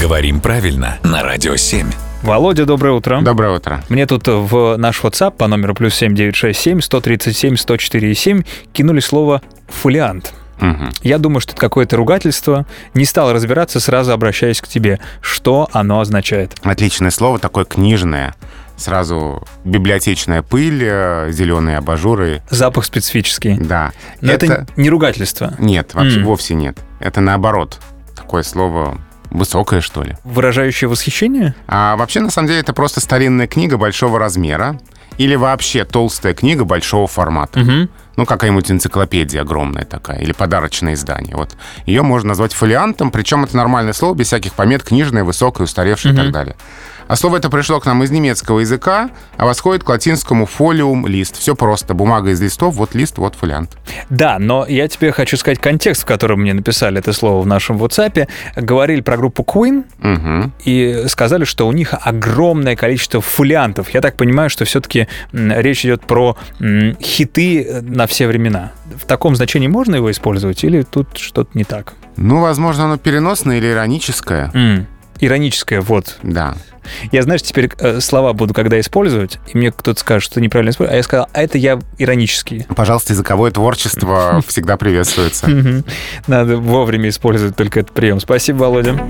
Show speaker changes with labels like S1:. S1: Говорим правильно на Радио 7.
S2: Володя, доброе утро.
S3: Доброе утро.
S2: Мне тут в наш WhatsApp по номеру плюс 7967 137 104 7 кинули слово «фолиант».
S3: Мгм.
S2: Я думаю, что это какое-то ругательство. Не стал разбираться, сразу обращаясь к тебе. Что оно означает?
S3: Отличное слово, такое книжное. Сразу библиотечная пыль, зеленые абажуры.
S2: Запах специфический.
S3: Да.
S2: Но это, не ругательство.
S3: Нет, вообще
S2: М.
S3: вовсе нет. Это наоборот. Такое слово высокое, что ли.
S2: Выражающее восхищение?
S3: А вообще, на самом деле, это просто старинная книга большого размера. Или вообще толстая книга большого формата.
S2: Мгм.
S3: Ну, какая-нибудь энциклопедия огромная такая, или подарочное издание. Вот ее можно назвать фолиантом, причем это нормальное слово, без всяких помет, книжное, высокое, устаревшее и так далее. А слово это пришло к нам из немецкого языка, а восходит к латинскому фолиум, лист. Все просто, бумага из листов, вот лист, вот фолиант.
S2: Да, но я тебе хочу сказать контекст, в котором мне написали это слово в нашем WhatsApp. Говорили про группу Queen,
S3: Мгм.
S2: и сказали, что у них огромное количество фолиантов. Я так понимаю, что все-таки речь идет про м, хиты э, на все времена. В таком значении можно его использовать или тут что-то не так?
S3: Ну, возможно, оно переносное или ироническое.
S2: М, Ироническое, вот.
S3: Да.
S2: Я, знаешь, теперь э, слова буду когда использовать, и мне кто-то скажет, что неправильно использую, а я сказал, а это я иронические.
S3: Пожалуйста, языковое творчество всегда приветствуется.
S2: Надо вовремя использовать только этот прием. Спасибо, Володя.